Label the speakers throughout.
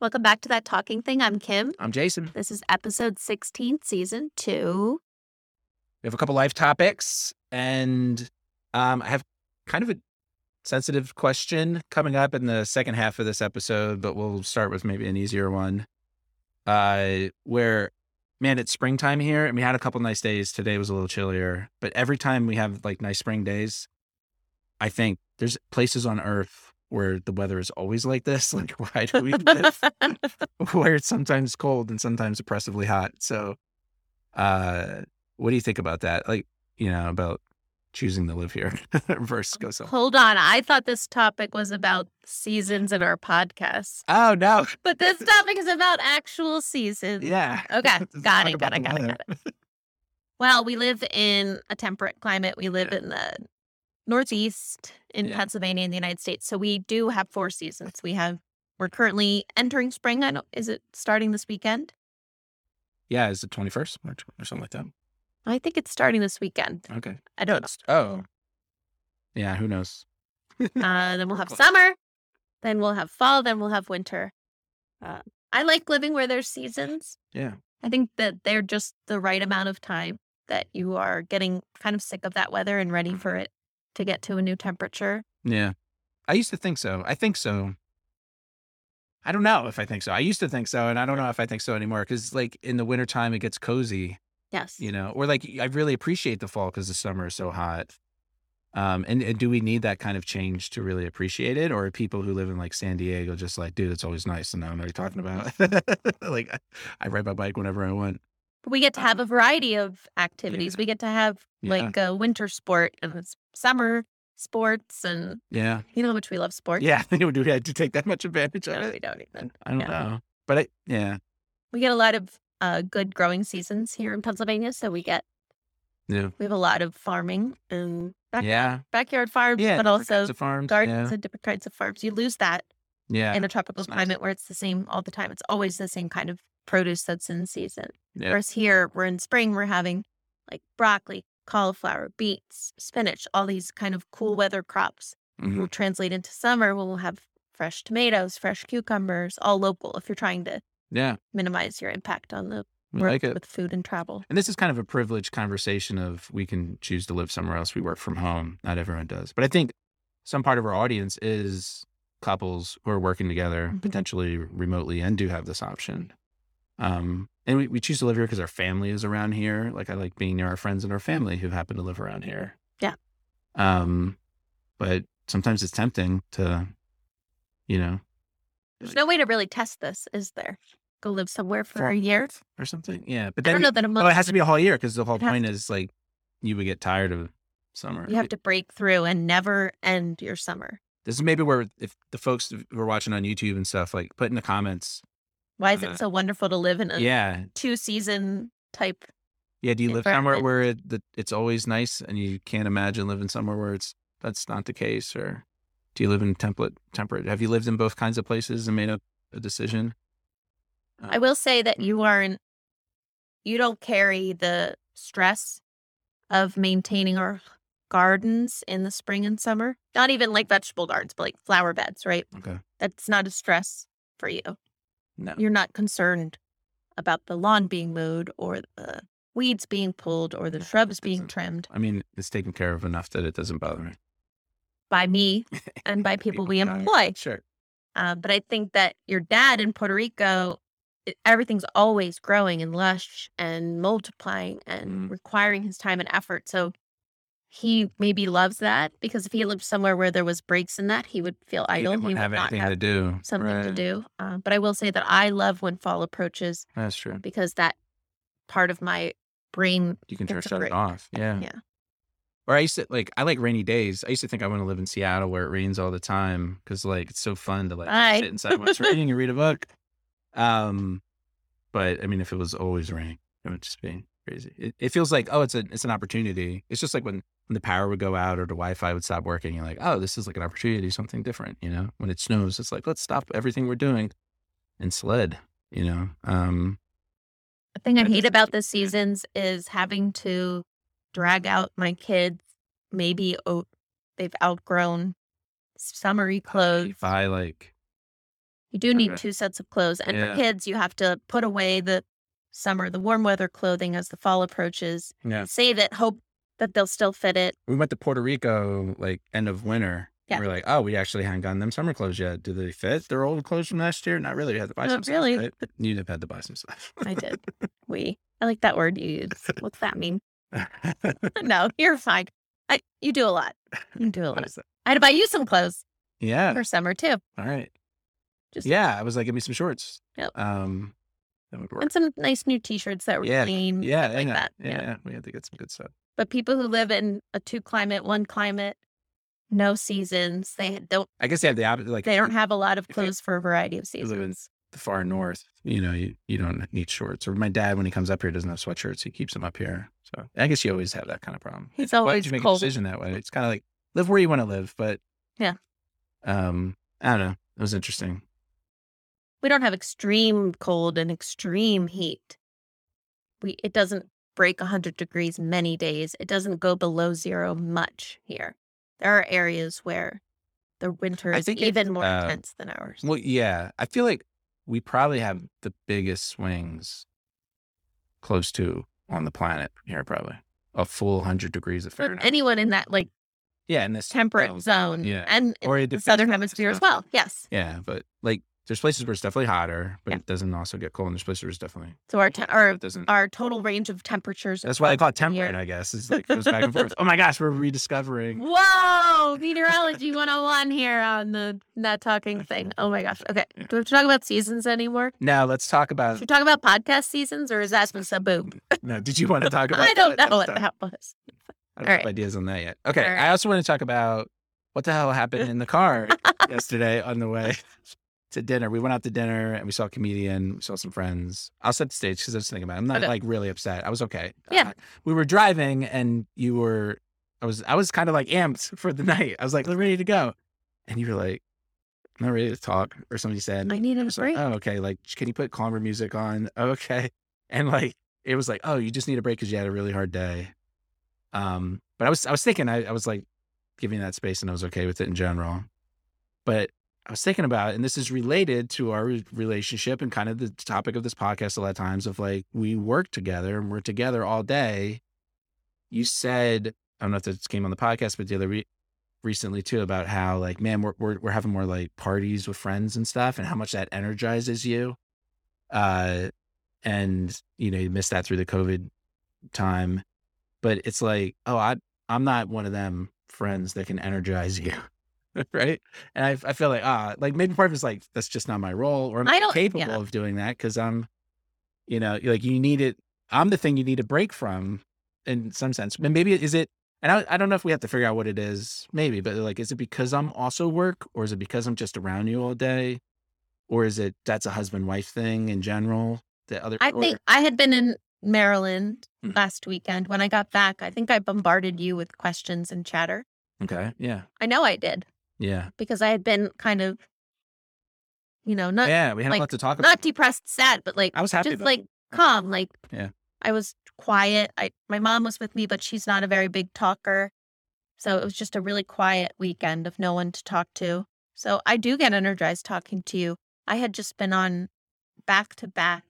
Speaker 1: Welcome back to that talking thing. I'm Kim.
Speaker 2: I'm Jason.
Speaker 1: This is episode 16, season two.
Speaker 2: We have a couple life topics, and um, I have kind of a sensitive question coming up in the second half of this episode, but we'll start with maybe an easier one. Uh, where, man, it's springtime here, and we had a couple nice days. Today was a little chillier, but every time we have like nice spring days, I think there's places on Earth where the weather is always like this. Like, why do we live where it's sometimes cold and sometimes oppressively hot? So, uh, what do you think about that? Like, you know, about choosing to live here versus go somewhere.
Speaker 1: Hold on. I thought this topic was about seasons in our podcast,
Speaker 2: Oh no!
Speaker 1: but this topic is about actual seasons.
Speaker 2: Yeah.
Speaker 1: Okay.
Speaker 2: Let's
Speaker 1: Got
Speaker 2: talk
Speaker 1: it.
Speaker 2: about
Speaker 1: Got it.
Speaker 2: the
Speaker 1: Got it. Got
Speaker 2: weather.
Speaker 1: it. Well, we live in a temperate climate. We live in the Northeast in
Speaker 2: Yeah.
Speaker 1: Pennsylvania in the United States. So we do have four seasons. We have, we're currently entering spring. I don't, is it starting this weekend?
Speaker 2: Yeah, is the twenty first March or something like that?
Speaker 1: I think it's starting this weekend.
Speaker 2: Okay.
Speaker 1: I don't know.
Speaker 2: Oh. Yeah. Who knows?
Speaker 1: Uh, then we'll have
Speaker 2: Close.
Speaker 1: summer. Then we'll have fall. Then we'll have winter. Uh, I like living where there's seasons.
Speaker 2: Yeah.
Speaker 1: I think that they're just the right amount of time that you are getting kind of sick of that weather and ready
Speaker 2: Mm-hmm.
Speaker 1: for it to get to a new temperature.
Speaker 2: Yeah. I used to think so. I think so. I don't know if I think so. I used to think so, and I don't know if I think so anymore. Because like in the wintertime, it gets cozy,
Speaker 1: Yes.
Speaker 2: you know, or like I really appreciate the fall because the summer is so hot. Um, and, and do we need that kind of change to really appreciate it, or are people who live in like San Diego just like, dude, it's always nice, and I don't know what you're talking about. like, I, I ride my bike whenever I want.
Speaker 1: But we get to have a variety of activities. We get to have
Speaker 2: Yeah.
Speaker 1: like a winter sport and s- summer sports, and
Speaker 2: Yeah,
Speaker 1: you know how much we love sports.
Speaker 2: yeah. do we have to take that much advantage of
Speaker 1: No, we
Speaker 2: it?
Speaker 1: don't even.
Speaker 2: I don't
Speaker 1: yeah.
Speaker 2: know, but I, yeah,
Speaker 1: We get a lot of uh, good growing seasons here in Pennsylvania, so we get
Speaker 2: yeah,
Speaker 1: We have a lot of farming and back,
Speaker 2: yeah,
Speaker 1: backyard farms,
Speaker 2: yeah.
Speaker 1: but
Speaker 2: different
Speaker 1: also
Speaker 2: kinds of farms,
Speaker 1: gardens
Speaker 2: yeah.
Speaker 1: and different kinds of farms. You lose that
Speaker 2: yeah.
Speaker 1: in a tropical
Speaker 2: it's nice.
Speaker 1: climate where it's the same all the time. It's always the same kind of produce that's in season.
Speaker 2: Yeah.
Speaker 1: Whereas here, we're in spring, we're having like broccoli, cauliflower, beets, spinach, all these kind of cool weather crops.
Speaker 2: Mhm.
Speaker 1: Will translate into summer. We'll have fresh tomatoes, fresh cucumbers, all local. If you're trying to
Speaker 2: Yeah,
Speaker 1: minimize your impact on the
Speaker 2: we
Speaker 1: work
Speaker 2: like it.
Speaker 1: with food and travel.
Speaker 2: And this is kind of a privileged conversation of we can choose to live somewhere else. We work from home. Not everyone does. But I think some part of our audience is couples who are working together,
Speaker 1: Mhm.
Speaker 2: potentially remotely, and do have this option. Um, and we, we choose to live here because our family is around here. Like I like being near our friends and our family who happen to live around here.
Speaker 1: Yeah.
Speaker 2: Um, but sometimes it's tempting to, you know,
Speaker 1: There's no way to really test this, is there? Go live somewhere for a year.
Speaker 2: or something. Yeah. But
Speaker 1: I don't
Speaker 2: then
Speaker 1: know that a month.
Speaker 2: Oh, it has to be a whole year because the whole
Speaker 1: It has
Speaker 2: point is like you would get tired of summer.
Speaker 1: You have to break through and never end your summer.
Speaker 2: this is maybe where if the folks who are watching on YouTube and stuff, like put in the comments.
Speaker 1: Why is
Speaker 2: Uh,
Speaker 1: it so wonderful to live in a
Speaker 2: Yeah.
Speaker 1: two season type?
Speaker 2: Yeah. Do you live somewhere
Speaker 1: Environment.
Speaker 2: where it, the, it's always nice and you can't imagine living somewhere where it's that's not the case? Or do you live in template temperate? Have you lived in both kinds of places and made up a decision? Uh,
Speaker 1: I will say that
Speaker 2: Mm.
Speaker 1: you aren't, you don't carry the stress of maintaining our gardens in the spring and summer. Not even like vegetable gardens, but like flower beds, right?
Speaker 2: Okay.
Speaker 1: That's not a stress for you.
Speaker 2: No.
Speaker 1: You're not concerned about the lawn being mowed or the weeds being pulled or the shrubs being
Speaker 2: Doesn't-
Speaker 1: trimmed.
Speaker 2: I mean, it's taken care of enough that it doesn't bother me.
Speaker 1: by me and by people we
Speaker 2: Got it.
Speaker 1: employ.
Speaker 2: Sure.
Speaker 1: Uh, but I think that your dad in Puerto Rico, it, everything's always growing and lush and multiplying and
Speaker 2: Mm.
Speaker 1: requiring his time and effort. So he maybe loves that because if he lived somewhere where there was breaks in that, he would feel
Speaker 2: You
Speaker 1: idle. He would
Speaker 2: wouldn't have
Speaker 1: not
Speaker 2: anything to
Speaker 1: have
Speaker 2: do.
Speaker 1: something to
Speaker 2: Right.
Speaker 1: do. Uh, but I will say that I love when fall approaches
Speaker 2: That's true.
Speaker 1: because that part of my brain
Speaker 2: You can try
Speaker 1: It's a
Speaker 2: shut it
Speaker 1: break.
Speaker 2: off. Yeah.
Speaker 1: Yeah.
Speaker 2: Or I used to like I like rainy days. I used to think I want to live in Seattle where it rains all the time because like it's so fun to like
Speaker 1: Bye.
Speaker 2: sit inside when it's raining and read a book. Um, but I mean, if it was always raining, it would just be crazy. It, it feels like oh, it's an it's an opportunity. It's just like when when the power would go out or the Wi-Fi would stop working. You're like, oh, this is like an opportunity, to do something different. You know, when it snows, it's like let's stop everything we're doing and sled. You know, um,
Speaker 1: The thing I
Speaker 2: That
Speaker 1: hate
Speaker 2: doesn't
Speaker 1: about the seasons is having to drag out my kids. Maybe o- they've outgrown summery clothes.
Speaker 2: if I like
Speaker 1: You do need
Speaker 2: Okay.
Speaker 1: two sets of clothes. And
Speaker 2: Yeah.
Speaker 1: for kids, you have to put away the summer, the warm weather clothing as the fall approaches.
Speaker 2: Yeah.
Speaker 1: Save it, hope that they'll still fit it.
Speaker 2: We went to Puerto Rico like end of winter.
Speaker 1: Yeah.
Speaker 2: We are like, oh, we actually haven't gotten them summer clothes yet. Do they fit their old clothes from last year? Not really. We had to buy
Speaker 1: Not
Speaker 2: some
Speaker 1: really.
Speaker 2: stuff. right? You'd have had to buy some stuff.
Speaker 1: I did. we. I like that word you used. What's that mean? No, you're fine. I, you do a lot. You do a lot. I had to buy you some clothes
Speaker 2: yeah.
Speaker 1: for summer too.
Speaker 2: All right.
Speaker 1: Just-
Speaker 2: yeah. I was like, give me some shorts.
Speaker 1: Yep.
Speaker 2: Um, that would work.
Speaker 1: And some nice new t shirts that were
Speaker 2: Yeah,
Speaker 1: clean.
Speaker 2: Yeah.
Speaker 1: like
Speaker 2: yeah,
Speaker 1: that,
Speaker 2: Yeah,
Speaker 1: yeah.
Speaker 2: yeah. We had to get some good stuff.
Speaker 1: But people who live in a two climate, one climate, no seasons, they don't
Speaker 2: I guess they have the opposite. Like
Speaker 1: they don't have a lot of
Speaker 2: If you-
Speaker 1: clothes for a variety of
Speaker 2: live in-
Speaker 1: seasons.
Speaker 2: the far north, you know, you, you don't need shorts. Or my dad, when he comes up here, doesn't have sweatshirts. He keeps them up here. So I guess you always have that kind of problem.
Speaker 1: He's
Speaker 2: Why
Speaker 1: always
Speaker 2: did you make
Speaker 1: Oh, cold.
Speaker 2: a decision that way? It's kind of like live where you want to live, but
Speaker 1: Yeah.
Speaker 2: Um, I don't know. It was interesting.
Speaker 1: We don't have extreme cold and extreme heat. We it doesn't break 100 degrees many days. It doesn't go below 0 much here. There are areas where the winter
Speaker 2: I
Speaker 1: is
Speaker 2: think it-
Speaker 1: even more
Speaker 2: uh,
Speaker 1: intense than ours.
Speaker 2: Well, yeah, I feel like we probably have the biggest swings close to on the planet here, probably a full hundred degrees of
Speaker 1: But
Speaker 2: Fahrenheit.
Speaker 1: anyone in that like
Speaker 2: yeah, in this
Speaker 1: temperate
Speaker 2: well,
Speaker 1: zone
Speaker 2: yeah.
Speaker 1: and
Speaker 2: or it
Speaker 1: the
Speaker 2: depends
Speaker 1: southern
Speaker 2: on
Speaker 1: hemisphere as
Speaker 2: stuff.
Speaker 1: well. Yes.
Speaker 2: Yeah, but like there's places where it's definitely hotter, but
Speaker 1: Yeah.
Speaker 2: it doesn't also get cold. And there's places where it's definitely
Speaker 1: So our te- our
Speaker 2: it doesn't.
Speaker 1: our total range of temperatures.
Speaker 2: That's why they call it
Speaker 1: here.
Speaker 2: temperate, I guess. It's like goes back and forth. Oh my gosh, we're rediscovering.
Speaker 1: Whoa, meteorology 101 here on the not talking thing. Oh my gosh. Okay. Do we have to talk about seasons anymore?
Speaker 2: Now let's talk about.
Speaker 1: Should we talk about podcast seasons or is that just a boom?
Speaker 2: No, did you want to talk about?
Speaker 1: I don't
Speaker 2: that?
Speaker 1: know what
Speaker 2: That's not-
Speaker 1: that was.
Speaker 2: I don't
Speaker 1: All
Speaker 2: have
Speaker 1: right.
Speaker 2: ideas on that yet. Okay,
Speaker 1: All right.
Speaker 2: I also want to talk about what the hell happened in the car yesterday on the way to dinner. We went out to dinner and we saw a comedian. We saw some friends. I'll set the stage because I was thinking about. It. I'm not
Speaker 1: Okay.
Speaker 2: like really upset. I was okay.
Speaker 1: Yeah.
Speaker 2: Uh, we were driving and you were. I was. I was kind of like amped for the night. I was like ready to go, and you were like, "I'm not ready to talk," or somebody said.
Speaker 1: I needed a
Speaker 2: It's like,
Speaker 1: break.
Speaker 2: oh, okay. Like, can you put calmer music on? Okay. And like, it was like, oh, you just need a break because you had a really hard day. Um, but I was, I was thinking, I, I was like giving that space and I was okay with it in general. But I was thinking about, it, and this is related to our re- relationship and kind of the topic of this podcast a lot of times of like, we work together and we're together all day. You said, I don't know if this came on the podcast, but the other week, recently too about how like man we're, we're we're having more like parties with friends and stuff and how much that energizes you uh and you know you missed that through the covid time but it's like oh i i'm not one of them friends that can energize you right and I, I feel like ah like maybe part of it's like that's just not my role or i'm
Speaker 1: I don't-
Speaker 2: capable
Speaker 1: yeah.
Speaker 2: of doing that because i'm you know like you need it i'm the thing you need a break from in some sense but maybe is it and I, I don't know if we have to figure out what it is, maybe, but like, is it because I'm also work or is it because I'm just around you all day? Or is it that's a husband wife thing in general? The other,
Speaker 1: I
Speaker 2: or-
Speaker 1: think I had been in Maryland
Speaker 2: Mhm.
Speaker 1: last weekend. When I got back, I think I bombarded you with questions and chatter.
Speaker 2: okay. Yeah.
Speaker 1: I know I did
Speaker 2: Yeah.
Speaker 1: because I had been kind of, you know, not
Speaker 2: yeah. We had
Speaker 1: like,
Speaker 2: a lot to talk about.
Speaker 1: not depressed, sad, but like
Speaker 2: I was happy
Speaker 1: just
Speaker 2: about
Speaker 1: like calm. Like
Speaker 2: Yeah.
Speaker 1: I was quiet. I my mom was with me, but she's not a very big talker. So it was just a really quiet weekend of no one to talk to. So I do get energized talking to you. I had just been on back to back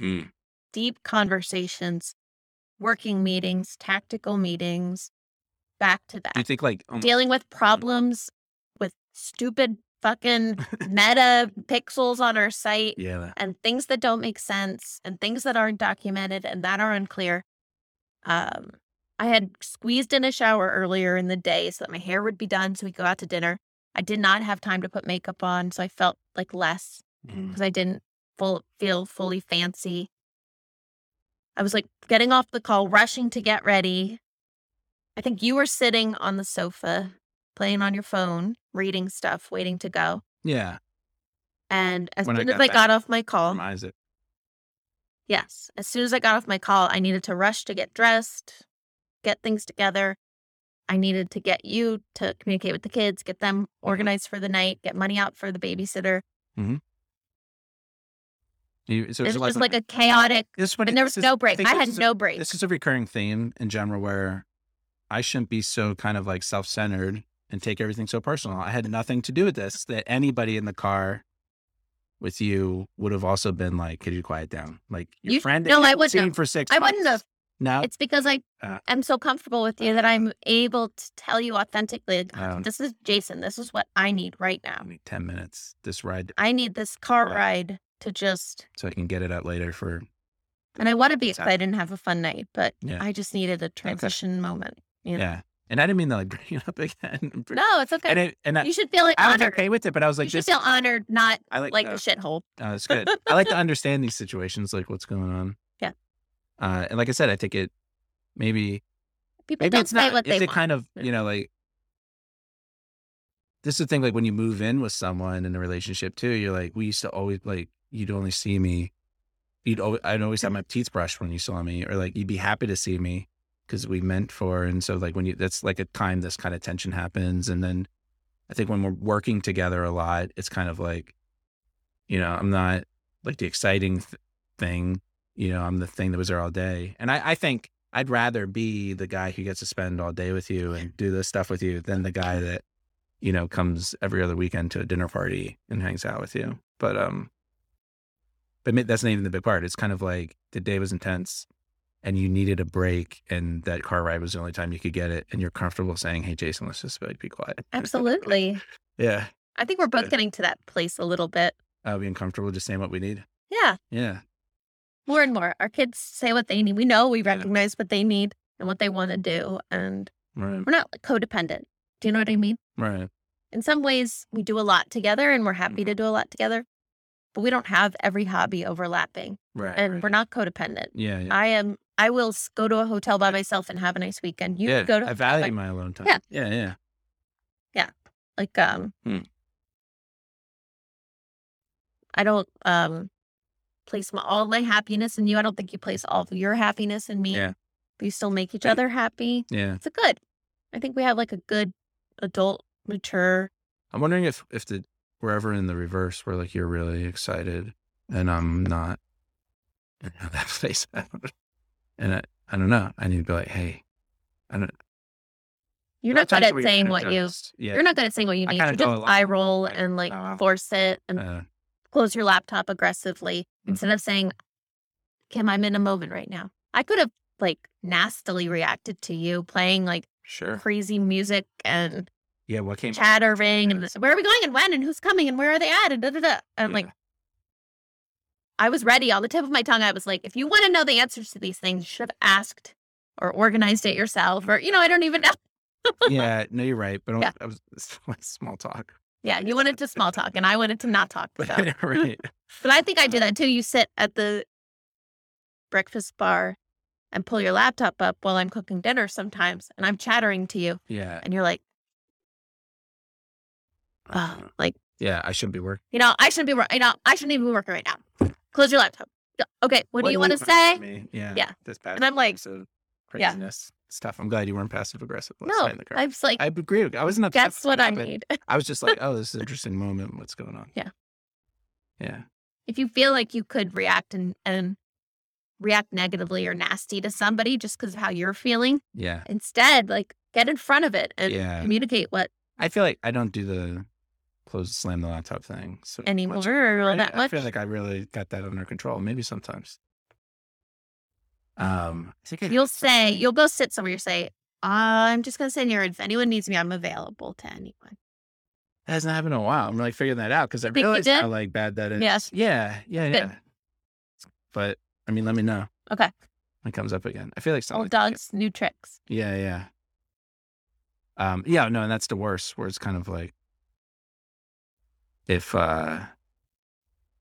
Speaker 2: Mm.
Speaker 1: deep conversations, working meetings, tactical meetings, back to
Speaker 2: Do you
Speaker 1: back.
Speaker 2: think like, um,
Speaker 1: Dealing with problems with stupid fucking meta pixels on our site
Speaker 2: yeah. that-
Speaker 1: and things that don't make sense and things that aren't documented and that are unclear. Um, I had squeezed in a shower earlier in the day so that my hair would be done so we could go out to dinner. I did not have time to put makeup on, so I felt like less
Speaker 2: mm.
Speaker 1: because I didn't full, feel fully fancy. I was like getting off the call, rushing to get ready. I think you were sitting on the sofa, playing on your phone, reading stuff, waiting to go.
Speaker 2: Yeah.
Speaker 1: And as
Speaker 2: When I
Speaker 1: soon as
Speaker 2: got
Speaker 1: I
Speaker 2: back
Speaker 1: got off my call,
Speaker 2: From Isaac.
Speaker 1: Yes. As soon as I got off my call, I needed to rush to get dressed, get things together. I needed to get you to communicate with the kids, get them
Speaker 2: Mm-hmm.
Speaker 1: organized for the night, get money out for the babysitter.
Speaker 2: You, so
Speaker 1: It was
Speaker 2: like,
Speaker 1: just like a chaotic,
Speaker 2: this is what
Speaker 1: and
Speaker 2: it-
Speaker 1: there
Speaker 2: this
Speaker 1: was
Speaker 2: is-
Speaker 1: no break.
Speaker 2: think
Speaker 1: I
Speaker 2: this
Speaker 1: had
Speaker 2: is a-
Speaker 1: no break.
Speaker 2: This is a recurring theme in general where I shouldn't be so kind of like self centered and take everything so personal. I had nothing to do with this, that anybody in the car with you would have also been like, could you quiet down? Like your
Speaker 1: You-
Speaker 2: friend that
Speaker 1: no,
Speaker 2: you
Speaker 1: I
Speaker 2: haven't
Speaker 1: wouldn't
Speaker 2: seen
Speaker 1: have.
Speaker 2: for six
Speaker 1: I wouldn't
Speaker 2: months.
Speaker 1: have.
Speaker 2: No.
Speaker 1: It's because I
Speaker 2: Uh.
Speaker 1: am so comfortable with you that I'm able to tell you authentically, like,
Speaker 2: Um,
Speaker 1: this is Jason. This is what I need right now.
Speaker 2: I need 10 minutes this ride
Speaker 1: I need this car
Speaker 2: Yeah.
Speaker 1: ride to just,
Speaker 2: so I can get it out later for
Speaker 1: and I want to be
Speaker 2: Exactly.
Speaker 1: excited and have a fun night, but
Speaker 2: Yeah.
Speaker 1: I just needed a transition moment.
Speaker 2: yeah.
Speaker 1: Yeah.
Speaker 2: And I didn't mean to like bring it up again.
Speaker 1: No, it's okay.
Speaker 2: And it, and I,
Speaker 1: you should feel like
Speaker 2: I was
Speaker 1: honored.
Speaker 2: okay with it, but I was
Speaker 1: you
Speaker 2: like,
Speaker 1: should
Speaker 2: this,
Speaker 1: feel honored, not
Speaker 2: I like,
Speaker 1: like
Speaker 2: uh,
Speaker 1: a shithole.
Speaker 2: Oh, that's good. I like to understand these situations, like what's going on.
Speaker 1: Yeah.
Speaker 2: Uh, and like I said, I think it maybe
Speaker 1: People
Speaker 2: maybe
Speaker 1: don't
Speaker 2: it's
Speaker 1: say
Speaker 2: not.
Speaker 1: what
Speaker 2: it's
Speaker 1: they
Speaker 2: a
Speaker 1: want.
Speaker 2: kind of
Speaker 1: Yeah.
Speaker 2: you know like this is the thing. Like when you move in with someone in a relationship too, you're like we used to always like you'd only see me. You'd always, I'd always have my teeth brushed when you saw me, or like you'd be happy to see me because we meant for. And so like when you that's like a time this kind of tension happens, and then I think when we're working together a lot, it's kind of like, you know, I'm not like the exciting th- thing. You know, I'm the thing that was there all day. And I, I think I'd rather be the guy who gets to spend all day with you and do this stuff with you than the guy that, you know, comes every other weekend to a dinner party and hangs out with you. But, um, but ma- that's not even the big part. It's kind of like the day was intense and you needed a break and that car ride was the only time you could get it. And you're comfortable saying, Hey, Jason, let's just like be quiet.
Speaker 1: Absolutely.
Speaker 2: Yeah.
Speaker 1: I think we're
Speaker 2: Yeah.
Speaker 1: both getting to that place a little bit.
Speaker 2: Uh, being comfortable just saying what we need.
Speaker 1: Yeah,
Speaker 2: Yeah.
Speaker 1: more and more. Our kids say what they need. We know we recognize what they need and what they want to do. And
Speaker 2: Right.
Speaker 1: we're not like, codependent. Do you know what I mean?
Speaker 2: Right.
Speaker 1: In some ways, we do a lot together and we're happy
Speaker 2: Mm-hmm.
Speaker 1: to do a lot together, but we don't have every hobby overlapping
Speaker 2: Right.
Speaker 1: and we're not codependent.
Speaker 2: yeah. Yeah.
Speaker 1: I am, I will s- go to a hotel by myself and have a nice weekend. You
Speaker 2: yeah.
Speaker 1: go to,
Speaker 2: I value
Speaker 1: like-
Speaker 2: my alone time.
Speaker 1: Yeah.
Speaker 2: Yeah. Yeah.
Speaker 1: like, um,
Speaker 2: Hmm.
Speaker 1: I don't, um, place my, all my happiness in you. I don't think you place all of your happiness in me.
Speaker 2: Yeah.
Speaker 1: We still make each other happy.
Speaker 2: Yeah.
Speaker 1: It's a good, I think we have like a good adult, mature,
Speaker 2: I'm wondering if, if the, we're ever in the reverse where like you're really excited and I'm not in that place. I don't- and I, I don't know. I need to be like, Hey, I don't,
Speaker 1: you're
Speaker 2: there
Speaker 1: not
Speaker 2: are
Speaker 1: good
Speaker 2: times
Speaker 1: at
Speaker 2: where you're
Speaker 1: saying
Speaker 2: kinda
Speaker 1: what you,
Speaker 2: just- yeah.
Speaker 1: you're not good at saying what you
Speaker 2: I
Speaker 1: need.
Speaker 2: kinda
Speaker 1: You
Speaker 2: go
Speaker 1: just
Speaker 2: along
Speaker 1: eye roll
Speaker 2: like,
Speaker 1: and like
Speaker 2: uh,
Speaker 1: force it and
Speaker 2: uh,
Speaker 1: close your laptop aggressively
Speaker 2: Mhm.
Speaker 1: instead of saying, Kim, I'm in a moment right now. I could have like nastily reacted to you playing like
Speaker 2: sure.
Speaker 1: crazy music and
Speaker 2: Yeah. What came
Speaker 1: chattering and this, where are we going and when and who's coming and where are they at and da da da. And
Speaker 2: Yeah.
Speaker 1: like, I was ready on the tip of my tongue. I was like, if you want to know the answers to these things, you should have asked or organized it yourself or, you know, I don't even know.
Speaker 2: yeah. No, you're right. But
Speaker 1: Yeah.
Speaker 2: I was, small talk.
Speaker 1: Yeah, you wanted to small talk and I wanted to not talk.
Speaker 2: But
Speaker 1: so.
Speaker 2: right.
Speaker 1: But I think I do that too. You sit at the breakfast bar and pull your laptop up while I'm cooking dinner sometimes, and I'm chattering to you,
Speaker 2: Yeah.
Speaker 1: and you're like,
Speaker 2: Uh,
Speaker 1: oh, like,
Speaker 2: yeah. I shouldn't be working.
Speaker 1: you know, I shouldn't be, wor- you know, I shouldn't even be working right now. Close your laptop. Yeah, Okay, what, do you want to say?
Speaker 2: me? Yeah.
Speaker 1: Yeah.
Speaker 2: This past
Speaker 1: And I'm like,
Speaker 2: episode
Speaker 1: yeah.
Speaker 2: craziness. It's tough. I'm glad you weren't passive aggressive last
Speaker 1: no,
Speaker 2: night in the car.
Speaker 1: I was like,
Speaker 2: I agree. I wasn't upset.
Speaker 1: that's what I
Speaker 2: but
Speaker 1: need.
Speaker 2: I was just like, oh, this is an interesting moment. What's going on?
Speaker 1: Yeah.
Speaker 2: Yeah.
Speaker 1: if you feel like you could react and and react negatively or nasty to somebody just because of how you're feeling,
Speaker 2: Yeah.
Speaker 1: instead, like, get in front of it and
Speaker 2: Yeah.
Speaker 1: communicate what
Speaker 2: I feel like I don't do the close slam the laptop thing so much.
Speaker 1: anymore or
Speaker 2: I-
Speaker 1: that
Speaker 2: I,
Speaker 1: much.
Speaker 2: feel like I really got that under control. Maybe sometimes. Um, I think I,
Speaker 1: you'll say you'll go sit somewhere. You say, "I'm just gonna sit here. If anyone needs me, I'm available to anyone."
Speaker 2: that hasn't happened in a while. I'm like figuring that out because I
Speaker 1: Think you
Speaker 2: realized
Speaker 1: did?
Speaker 2: how like bad that is.
Speaker 1: Yes.
Speaker 2: Yeah. Yeah.
Speaker 1: Good.
Speaker 2: Yeah. But I mean, let me know.
Speaker 1: Okay.
Speaker 2: When it comes up again. I feel like something.
Speaker 1: Old dogs, new tricks.
Speaker 2: Yeah, yeah. Um, yeah, no, and that's the worst where it's kind of like if uh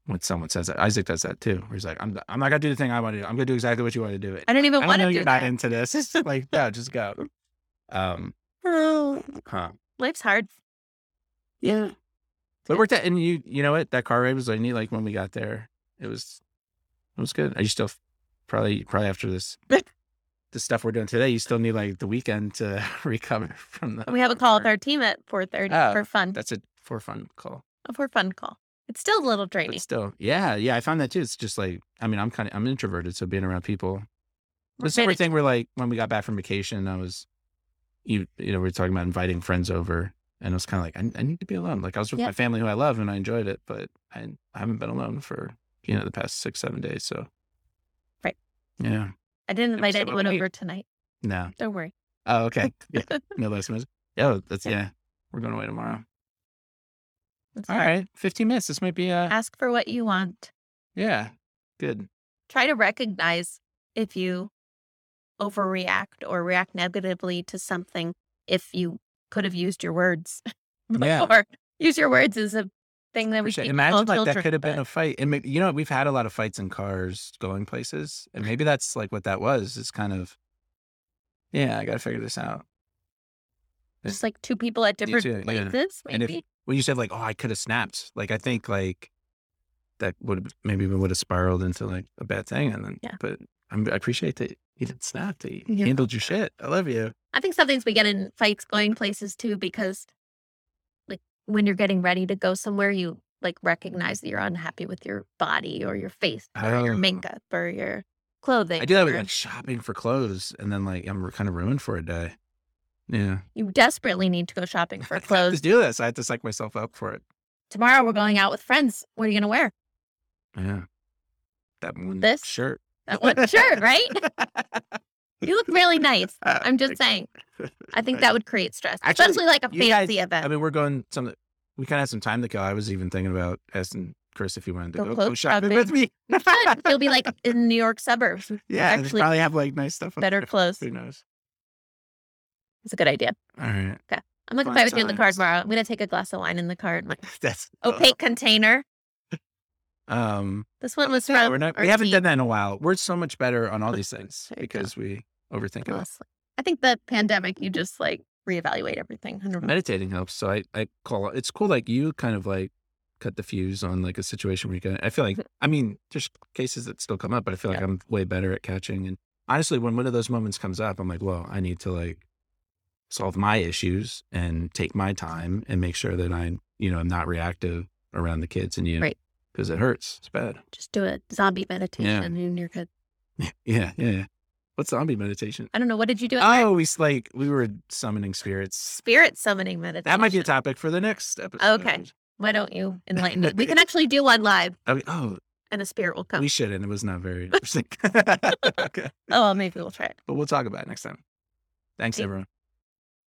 Speaker 2: when someone says that Isaac does that too, where he's like, I'm I'm not gonna do the thing I want to do. I'm gonna do exactly what you want to do it.
Speaker 1: I don't even
Speaker 2: I
Speaker 1: want
Speaker 2: know
Speaker 1: to do
Speaker 2: you're
Speaker 1: that.
Speaker 2: not into this. It's just like, no, just go. Um
Speaker 1: Oh,
Speaker 2: huh.
Speaker 1: life's hard.
Speaker 2: Yeah. But it worked out and you you know what? That car ride was like neat, like when we got there. It was it was good. Are you still f- probably probably after this the stuff we're doing today, you still need like the weekend to recover from the
Speaker 1: And we have a call with our team at 4:30
Speaker 2: Oh,
Speaker 1: for fun.
Speaker 2: That's a for fun call.
Speaker 1: A for fun call. It's still a little draining.
Speaker 2: But still, yeah, yeah, I found that too. It's just like, I mean, I'm kind of, I'm introverted, so being around people.
Speaker 1: We're
Speaker 2: It's the sort of
Speaker 1: finished.
Speaker 2: thing where like when we got back from vacation, I was, you, you know, we were talking about inviting friends over, And I was kind of like, I, I need to be alone. Like I was with
Speaker 1: Yeah.
Speaker 2: my family who I love and I enjoyed it, but I, I haven't been alone for, you know, the past six, seven days. So.
Speaker 1: Right.
Speaker 2: Yeah.
Speaker 1: I didn't invite
Speaker 2: Episode
Speaker 1: anyone
Speaker 2: eight.
Speaker 1: over tonight.
Speaker 2: No.
Speaker 1: Don't worry.
Speaker 2: Oh, okay. Yeah. No last minutes. Yeah. Oh, That's,
Speaker 1: Yeah.
Speaker 2: yeah. We're going away tomorrow.
Speaker 1: That's
Speaker 2: All
Speaker 1: fine.
Speaker 2: right. 15 minutes. This might be, uh,
Speaker 1: Ask for what you want.
Speaker 2: yeah. Good.
Speaker 1: Try to recognize if you overreact or react negatively to something if you could have used your words.
Speaker 2: Yeah.
Speaker 1: Or use your words as a thing that we
Speaker 2: Appreciate-
Speaker 1: teach
Speaker 2: Imagine
Speaker 1: all
Speaker 2: like that
Speaker 1: children,
Speaker 2: could have been
Speaker 1: but
Speaker 2: a fight, and maybe, you know we've had a lot of fights in cars going places, and maybe that's like what that was. It's kind of, yeah, I got to figure this out.
Speaker 1: just like two people at different
Speaker 2: too, yeah.
Speaker 1: places,
Speaker 2: And if-
Speaker 1: maybe.
Speaker 2: When you said like, oh, I could have snapped, like I think like that would maybe would have spiraled into like a bad thing, and then
Speaker 1: Yeah.
Speaker 2: but I'm, I appreciate that you didn't snap, that you
Speaker 1: Yeah.
Speaker 2: handled your shit. I love you.
Speaker 1: I think sometimes we get in fights going places too because like when you're getting ready to go somewhere you like recognize that you're unhappy with your body or your face or your
Speaker 2: Oh.
Speaker 1: makeup or your clothing.
Speaker 2: I do that with
Speaker 1: or-
Speaker 2: like shopping for clothes, and then like I'm kind of ruined for a day. Yeah,
Speaker 1: you desperately need to go shopping for
Speaker 2: I have to
Speaker 1: clothes.
Speaker 2: do this. I have to psych myself up for it.
Speaker 1: Tomorrow we're going out with friends. What are you gonna wear?
Speaker 2: Yeah, that one
Speaker 1: This?
Speaker 2: shirt.
Speaker 1: That one shirt, right? You look really nice.
Speaker 2: Uh,
Speaker 1: I'm just
Speaker 2: thanks.
Speaker 1: saying. I think that would create stress.
Speaker 2: Actually,
Speaker 1: Especially like a
Speaker 2: you guys-
Speaker 1: fancy event.
Speaker 2: I mean, we're going some. We kind of have some time to kill. I was even thinking about asking Chris if he wanted to
Speaker 1: Go
Speaker 2: go, go
Speaker 1: clothes
Speaker 2: shopping
Speaker 1: shopping.
Speaker 2: with me.
Speaker 1: But You'll be like in New York suburbs.
Speaker 2: yeah, and
Speaker 1: actually
Speaker 2: probably have like nice stuff. on
Speaker 1: Better
Speaker 2: there.
Speaker 1: clothes.
Speaker 2: Who knows?
Speaker 1: It's a good idea.
Speaker 2: All right,
Speaker 1: I'm not gonna
Speaker 2: Fun
Speaker 1: fight with you in the car
Speaker 2: times.
Speaker 1: tomorrow. I'm gonna take a glass of wine in the car in my
Speaker 2: that's
Speaker 1: opaque container.
Speaker 2: Um,
Speaker 1: This one was
Speaker 2: yeah,
Speaker 1: from
Speaker 2: we're not.
Speaker 1: our
Speaker 2: We haven't
Speaker 1: tea
Speaker 2: done that in a while. We're so much better on all these things
Speaker 1: There you go.
Speaker 2: because we overthink it. all.
Speaker 1: last- I think the pandemic, you just like reevaluate everything. 100%.
Speaker 2: Meditating helps. So I, I call. It's cool. Like you kind of like cut the fuse on like a situation where you can. I feel like. I mean, there's cases that still come up, but I feel like
Speaker 1: Mm-hmm. Yeah.
Speaker 2: I'm way better at catching. And honestly, when one of those moments comes up, I'm like, well, I need to like solve my issues and take my time and make sure that I, you know, I'm not reactive around the kids and you,
Speaker 1: Right.
Speaker 2: Because it hurts. It's bad.
Speaker 1: Just do a zombie meditation and you're good.
Speaker 2: Yeah, yeah. yeah. What's zombie meditation?
Speaker 1: I don't know. What did you do? at
Speaker 2: Oh, we s- like we were summoning spirits.
Speaker 1: Spirit summoning meditation.
Speaker 2: That might be a topic for the next episode.
Speaker 1: Okay. Why don't you enlighten me? We can actually do one live
Speaker 2: Okay. Oh,
Speaker 1: and a spirit will come.
Speaker 2: We shouldn't. It was not very interesting. okay.
Speaker 1: oh, maybe we'll try it.
Speaker 2: But we'll talk about it next time. Thanks,
Speaker 1: Thank-
Speaker 2: everyone.